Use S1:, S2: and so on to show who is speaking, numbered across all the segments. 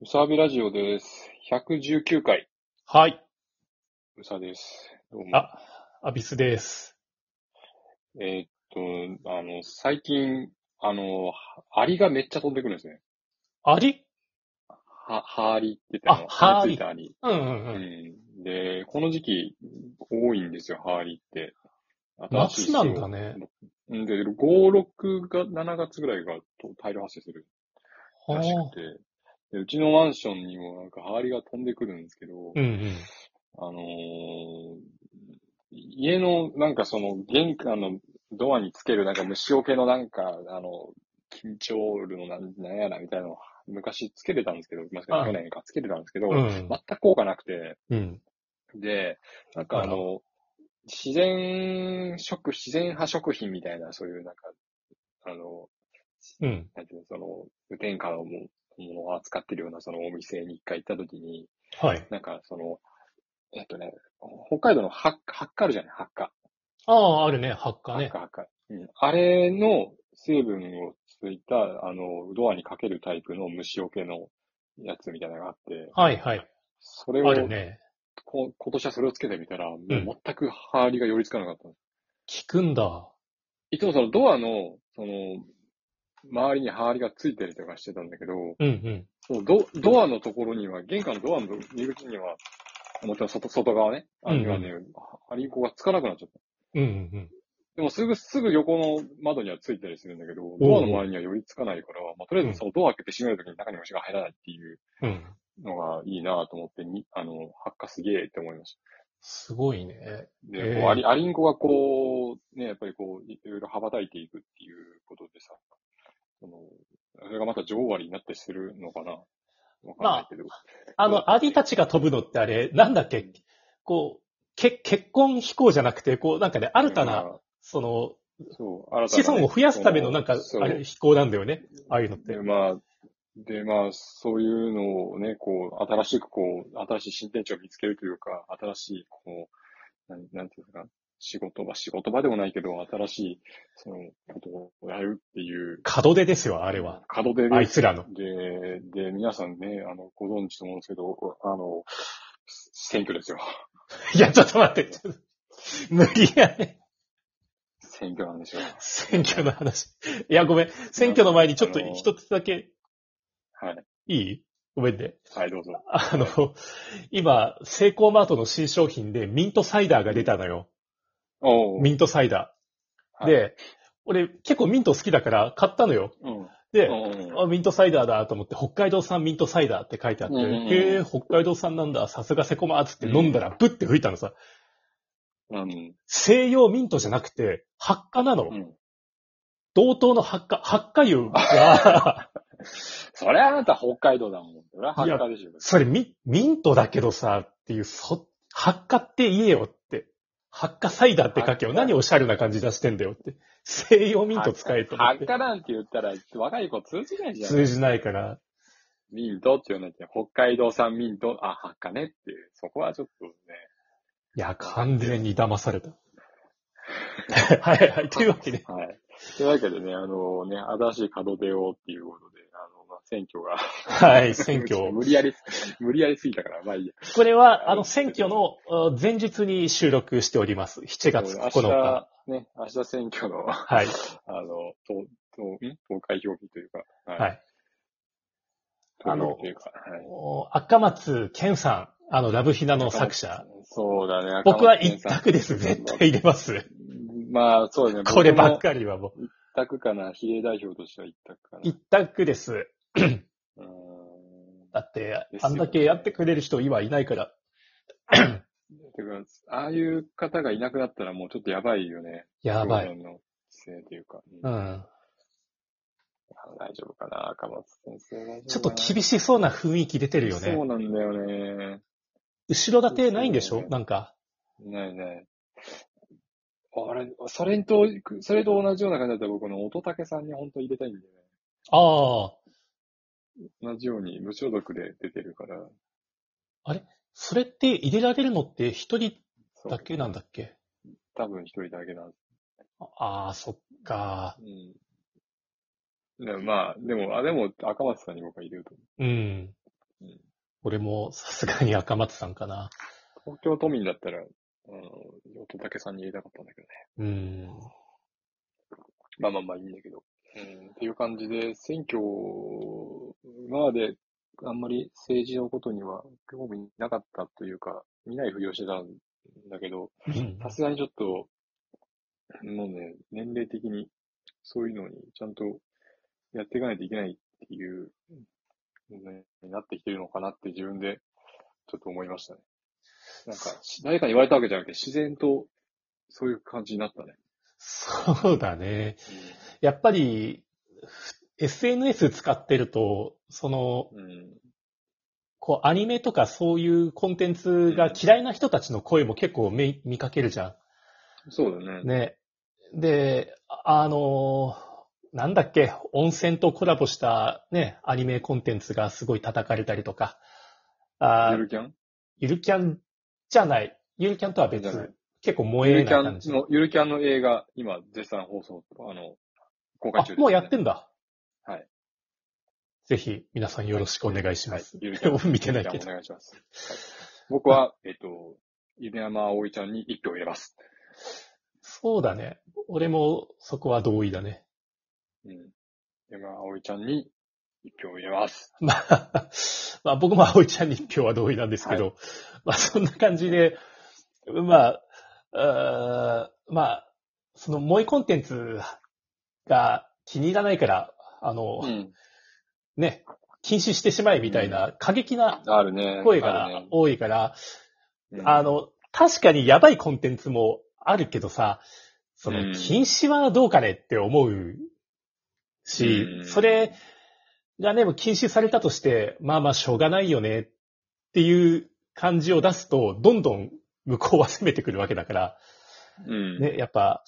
S1: うさびラジオです。119回、
S2: はい。
S1: うさです。どうも。
S2: あ、アビスです。
S1: えーっと、あの、最近、あの、アリがめっちゃ飛んでくるんですね。
S2: アリ
S1: は、ハーリって言ったの。
S2: あハーリ
S1: ついたアリ。
S2: うんうん
S1: う
S2: うん。
S1: ん。で、この時期、多いんですよ、ハーリって。
S2: 夏なんだね。
S1: うん。で、5、6が、7月ぐらいがと大量発生する
S2: あ
S1: らし
S2: ー
S1: くて。でうちのマンションにもなんかハーリが飛んでくるんですけど、
S2: うんうん。
S1: あのー家の、なんかその、玄関のドアにつける、なんか虫除けのなんか、あの、緊張ルのなんなんやらみたいなのを昔つけてたんですけど、まあ
S2: あ
S1: 去年かつけてたんですけど、
S2: うん
S1: 全く効果なくて、
S2: うん。
S1: で、なんかあ
S2: あ
S1: の、自然食、自然派食品みたいな、そういうなんか、あの、
S2: うん。
S1: なんていうの、その、無添加のもものを扱ってるような、そのお店に一回行った時に、
S2: はい。
S1: なんか、その、えっとね、北海道のハッカ、ハッカあるじゃないハッカ。
S2: ああ、あるね、発
S1: ハッ
S2: 火ね
S1: カ、。ハッカ。うん。あれの成分をついた、あの、ドアにかけるタイプの虫除けのやつみたいなのがあって、
S2: はいはい。
S1: それ
S2: ある
S1: を、
S2: ね。
S1: こ今年はそれをつけてみたら、もう全くハーリが寄りつかなかったの、
S2: 聞くんだ。
S1: いつもそのドアの、その、周りにハーリがついてるとかしてたんだけど、
S2: うんうん。
S1: そのドドアのところには、玄関のドアの入り口には、もちろん外外側ね、あにはね、ハリコがつかなくなっちゃった。
S2: うんうん
S1: でもすぐ、すぐ横の窓にはついたりするんだけど、
S2: ん
S1: ドアの周りには寄りつかないから、まあ、とりあえずそのドア開けて閉めるときに中に虫が入らないっていう
S2: うん。うん。
S1: のがいいなと思って、にあの、発火すげえって思いまし
S2: すごいね。
S1: た。
S2: へ
S1: で、
S2: え
S1: こうアリ、アリンコがこう、ね、やっぱりこう、いいろいろ羽ばたいていくっていうことでさ、その、それがまた女王割りになってするのかなわかんないけど。
S2: あの、アリたちが飛ぶのってあれ、なんだっけこう、け、結婚飛行じゃなくて、こう、なんかね、
S1: あ
S2: 新たな、、その、
S1: そう、新たな
S2: 子孫を増やすためのなんか、
S1: そう
S2: あれ、飛行なんだよね。ああいうのって
S1: で、。まあ、で、まあ、そういうのをね、こう、新しくこう、新しい新天地を見つけるというか、新しい、こう、なんなんていうか、仕事場、仕事場でもないけど、新しい、その、ことをやるっていう、
S2: 門出ですよ、あれは。
S1: 門出で
S2: あいつらの。
S1: で、で、皆さんね、あの、ご存知と思うんですけど、あの、選挙ですよ。
S2: いや、ちょっと待って、ちょっと。無理やね。
S1: 選挙なんですよ。
S2: 選挙の話。いや、ごめん。選挙の前にちょっと
S1: あの
S2: 一つだけ
S1: はい。
S2: いいごめんね。
S1: はい、どうぞ。
S2: あの、今、セイコーマートの新商品でミントサイダーが出たのよ。
S1: おう
S2: ミントサイダー。、
S1: はい
S2: で、俺結構ミント好きだから買ったのよ。
S1: うん。
S2: で、
S1: うん
S2: あミントサイダーだと思って、北海道産ミントサイダーって書いてあって、
S1: うんうんうん
S2: へえ、北海道産なんだ、さすがセコマーつって飲んだら、ブッて吹いたのさ、
S1: うん。
S2: 西洋ミントじゃなくて、発火なの。
S1: うん。
S2: 同等の発火、発火油が、
S1: それはあなた北海道だもん。それは発火でしょ。
S2: それミ、ミントだけどさ、っていう、そ、発火って言えよって。発火サイダーって書け
S1: 発火
S2: よ。何おしゃれな感じ出してんだよって。西洋ミント使えと思っ
S1: 発
S2: て。
S1: 火なんて言ったら、若い子通じないじゃん。
S2: 通じないから。
S1: ミントって言うんだけど、北海道産ミント、あ、発火ねっていう。そこはちょっとね。
S2: いや、完全に騙 された。はいはい。というわけで。
S1: はい。というわけでね、あのね、新しい門出をっていうことで、あの、まあ、選挙が。
S2: はい、選 挙。
S1: 無理やり、無理やりすぎたから、まあいいや。
S2: これは、あの、選挙のあ前日に収録しております。7月
S1: 明
S2: 9日。
S1: 日、ね、明日選挙の、 あ
S2: はい。
S1: の、投、投、ん投開票日というか、は
S2: はい。
S1: 投
S2: あ
S1: 票
S2: の
S1: 日というか、はい。
S2: お赤松健さん、あの、ラブヒナの作者。
S1: そうだね。
S2: 僕は
S1: 赤松
S2: 一
S1: 健さん
S2: 択です。絶対入れます。
S1: まあ、そうですね。
S2: こればっ
S1: り。
S2: かりはもう。
S1: 一択かな。比例代表としては一択かな。
S2: 一択です。
S1: うーん
S2: だって
S1: で、すよ
S2: あんだけやってくれる人今いないから。
S1: てか、ああいう方がいなくなったらもうちょっとやばいよね。
S2: やば
S1: 表
S2: い。
S1: 現の姿勢というか。うん
S2: うん。
S1: 大丈夫かな、赤松先生。
S2: ちょっと
S1: し
S2: 厳しそうな雰囲気出てるよね
S1: そ。うなんだよね。
S2: 後ろ盾ないんでし
S1: そう
S2: ょ
S1: ですね
S2: なんか。
S1: ないない。あれ、それと、それと同じような感じだったら僕の乙武さんに本当入れたいんだよね。
S2: ああ。
S1: 同じように無所属で出てるから。
S2: それって入れられるのって一人
S1: そう
S2: だけなんだっけ
S1: 多分一人だけなん
S2: ああ、そっか。
S1: うん。でまあ、でも、あ、でも、赤松さんに僕は入れると
S2: うん。
S1: うん
S2: 俺もさすがに赤松さんかな。
S1: 東京都民だったら、あの、乙武さんに入れたかったんだけどね。
S2: うん。
S1: まあまあまあいいんだけど。うん、っていう感じで、選挙、今まであんまり政治のことには興味なかったというか、見ないふりをしてたんだけど、
S2: うん
S1: さすがにちょっと、もうね、年齢的に、そういうのにちゃんとやっていかないといけないっていう、ね、なってきてるのかなって自分でちょっと思いましたね。なんか、し誰かに言われたわけじゃなくて、自然とそういう感じになったね。
S2: そうだね。やっぱり、ふ SNS 使ってると、その、
S1: うん。うん
S2: こう、アニメとかそういうコンテンツが嫌いな人たちの声も結構見見かけるじゃ
S1: そうだね。
S2: ん。ね。で、ああのー、なんだっけ、温泉とコラボしたね、アニメコンテンツがすごい叩かれたりとか、あ
S1: ゆ
S2: ー
S1: るキャン
S2: ゆるキャンじゃない。ゆるキャンとは
S1: じゃない
S2: 別。結構
S1: ゆ
S2: 燃え
S1: るキャ
S2: な感じ。
S1: ンの、ゆるキャンの映画、今、絶賛放送、あの、公開
S2: あ
S1: 中です、、
S2: もうやってんだ。
S1: はい。
S2: ぜひ、皆さんよろしくお願いします。
S1: ゆるキャン
S2: 見てないけど
S1: ゆるキャンお願いします。はい僕は、えっと、犬山葵ちゃんに一票入れます。
S2: そうだね。俺もそこは同意だね。
S1: うん。犬山葵ちゃんに一票入れます。
S2: まあ、まあ僕も葵ちゃんに一票は同意なんですけど、まあそんな感じで、まあ、あーまあ、その萌えコンテンツが気に入らないから、あの、
S1: うん。
S2: ね、禁止してしまえみたいな過激な
S1: あるね。
S2: 声
S1: ある
S2: が
S1: ね
S2: 多いから、
S1: うん
S2: あの、確かにやばいコンテンツもあるけどさ、その
S1: うん、
S2: 禁止はどうかねって思うし、
S1: うん
S2: それがね、もう禁止されたとして、まあまあしょうがないよねっていう感じを出すと、どんどん向こうは攻めてくるわけだから、
S1: うん。
S2: ね、やっぱ、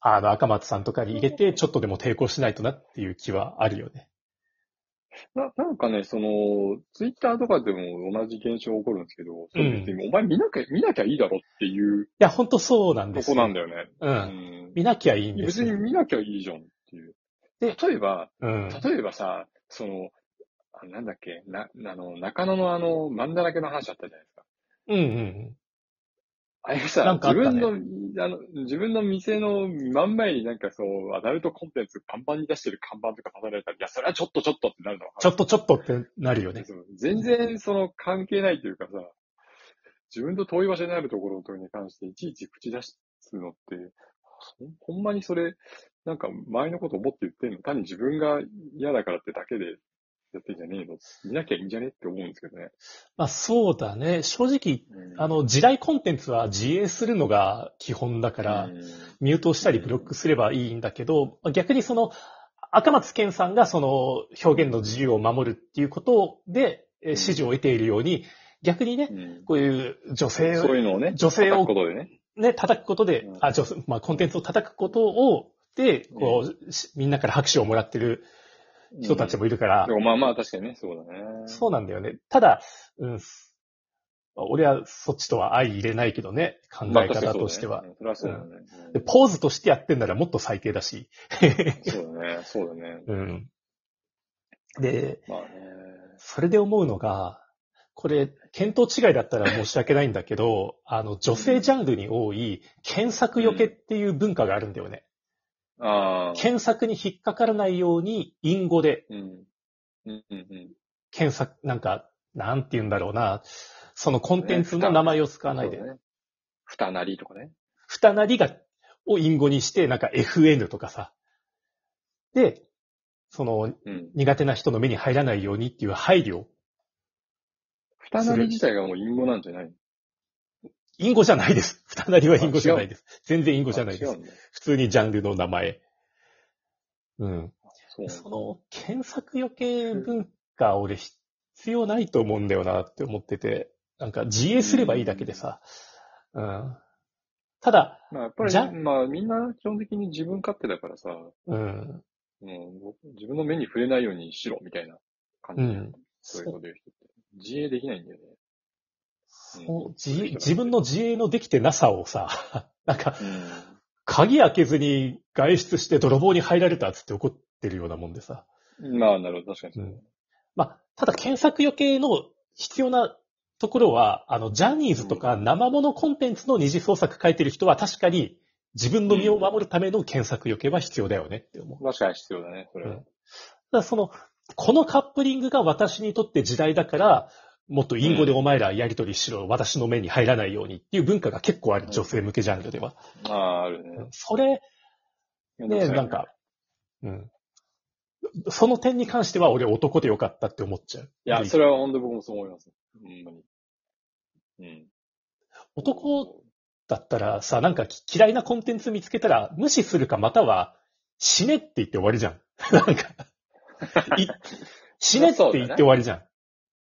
S2: あの、赤松さんとかに入れて、ちょっとでも抵抗しないとなっていう気はあるよね。
S1: な、なんかね、その、ツイッターとかでも同じ現象起こるんですけど、それ別にお前見なきゃ、見なきゃいいだろっていう
S2: いや、ほんとそうなんで
S1: と
S2: す
S1: こ
S2: よ。
S1: なんだよね。
S2: う。
S1: うんん。
S2: 見なきゃいいんです
S1: 別
S2: よ
S1: に見なきゃいいじゃんっていう。
S2: で
S1: 例えば、
S2: うん。
S1: 例えばさ、その、あなんだっけ、な、あの、中野のあの、マンだらけの話あったじゃないですか。
S2: うんうん。
S1: あれがさ、
S2: なんかあ
S1: 自
S2: ったね
S1: 分の、あの、自分の店の真ん前になんかそう、アダルトコンテンツ、看板に出してる看板とか立たれたら、いや、それはちょっとちょっとってなるのは。
S2: ちょっとちょっとってなるよね。
S1: そう全然その関係ないというかさ、自分と遠い場所になるところとかに関していちいち口出すのって、ほんほんまにそれ、なんか前のこと思って言ってんの単に自分が嫌だからってだけでやってんじゃねえの見なきゃいいんじゃねって思うんですけどね。
S2: まあそうだね。正直、
S1: うん
S2: あ、の、地雷コンテンツは自衛するのが基本だから、
S1: うん
S2: ミュートしたりブロックすればいいんだけど、まあ逆にその、赤松健さんがその表現の自由を守るっていうことで、えー支持を得ているように、逆にね、
S1: うん
S2: こういう女性
S1: そう
S2: を
S1: いうのをね、
S2: 女性
S1: 叩
S2: を
S1: くことでね。
S2: ね、叩くことで
S1: うん、
S2: あ、女性まあコンテンツを叩くことを、で、こう、しみんなから拍手をもらってる人たち
S1: も。
S2: もいるから
S1: で、もまあまあ確かにね、そうだね。
S2: そうなんだよね。ただ、うん、す俺はそっちとは相入れないけどね、考
S1: まあ
S2: え
S1: 確かに
S2: 方
S1: そうだね
S2: としては。。
S1: うんそれはそうだね。
S2: でポーズとしてやってんならもっと最低だし。
S1: そうだね、そうだね。
S2: うん。で、
S1: まあね。
S2: それで思うのが、これ、見当違いだったら申し訳ないんだけど、あの、女性ジャンルに多い、検索よけっていう文化があるんだよね。
S1: ああ。
S2: 検索に引っかからないように、隠語で
S1: うん。うんうんうん。
S2: 検索、なんか、なんて言うんだろうな、そのコンテンツの名前を使わないで
S1: そう。だね。ふたなりとかね。
S2: ふたなりが、を隠語にして、なんか FN とかさ。で、その、
S1: うん。
S2: 苦手な人の目に入らないようにっていう配慮。
S1: ふたなり自体がもう隠語なんじゃない
S2: 隠語じゃないです。ふたなりは隠語じゃないです。全然隠語
S1: 語
S2: じゃないで
S1: 違う
S2: す。
S1: んだ。
S2: 普通にジャンルの名前。うん。
S1: そうなんだ
S2: その、検索余計文化、俺必要ないと思うんだよなって思ってて。なんか自衛すればいいだけでさ。うん。ただ、
S1: まあやっぱり
S2: じゃ
S1: ね、まあみんな基本的に自分勝手だからさ、
S2: うん。
S1: うん、自分の目に触れないようにしろみたいな感じで、
S2: うん
S1: そういうこと言う人って。自衛できないんだよね。
S2: そう自自分の自衛のできてなさをさ、 なんか、
S1: うん。
S2: 鍵開けずに外出して泥棒に入られたっつって怒ってるようなもんでさ。
S1: まあ、なるほど、確かにそうだね。
S2: まあ、ただ検索余計の必要なところは、あの、ジャニーズとか生物コンテンツの二次創作書いてる人は確かに自分の身を守るための検索余計は必要だよねって思う。
S1: 確かに必要だね、それは。
S2: うんただその、このカップリングが私にとって時代だから、もっと隠語でお前らやりとりしろ、私の目に入らないようにっていう文化が結構ある、
S1: うん
S2: 女性向けジャンルでは。
S1: ああ、あるね。
S2: それ、
S1: めどく
S2: ね、
S1: さい
S2: なん。か、うん。その点に関しては俺男でよかったって思っちゃう。
S1: いや、それは本当に僕もそう思います。ほんまに。うん。
S2: 男だったらさ、なんかき嫌いなコンテンツ見つけたら無視するかまたは死ねって言って終わりじゃん。 なんか、い死ねって言って終わりじゃ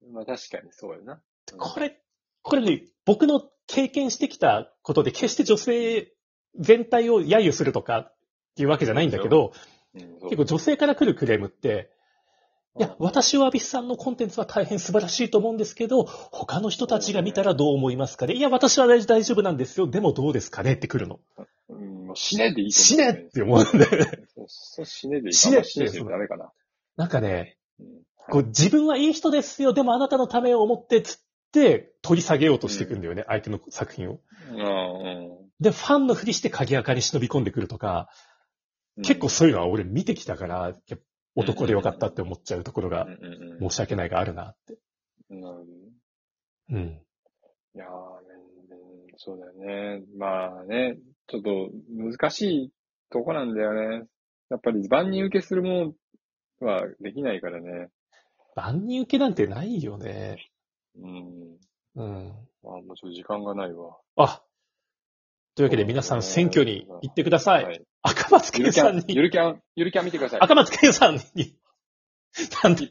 S2: ん。
S1: まあ確かにそうやな。
S2: これ、これね、僕の経験してきたことで決して女性全体を揶揄するとかっていうわけじゃないんだけど、
S1: うん、
S2: 結構女性から来るクレームって、いや、私はアビスさんのコンテンツは大変素晴らしいと思うんですけど、他の人たちが見たらどう思いますかねいや、私は大大丈夫なんですよ。でもどうですかねって来るの。
S1: うん、もう死ねでいいと
S2: 死
S1: 思う
S2: ね
S1: よ
S2: って思うんだよね。
S1: そうそう死ねでいい。
S2: 死ね
S1: あんま死ねって言うとダメかな。
S2: なんかね、
S1: うん
S2: こう自分はいい人ですよ、でもあなたのためを思ってつって取り下げようとしていくんだよね、相手の作品を。
S1: うんう
S2: で、ファンのふりして鍵垢に忍び込んでくるとか、
S1: ん
S2: 結構そういうのは俺見てきたから、やっぱ男でよかったって思っちゃうところが
S1: うんうんうん
S2: 申し訳ないがあるなって。
S1: なるほどね
S2: うん。
S1: いやー、うんうんそうだよね。まあね、ちょっと難しいとこなんだよね。やっぱり万人受けするものはできないからね。
S2: 万人受けなんてないよね。
S1: うん。
S2: う
S1: ま
S2: ん。
S1: あもうちょっと時間がないわ。
S2: あ、というわけで皆さん選挙に行ってください。
S1: い。
S2: 赤松
S1: ゆ
S2: 健
S1: るキ
S2: さ
S1: ャ
S2: ん
S1: ン、
S2: に、
S1: ゆるキャン、ゆるキャン見てください。
S2: 赤松健さんに、なんて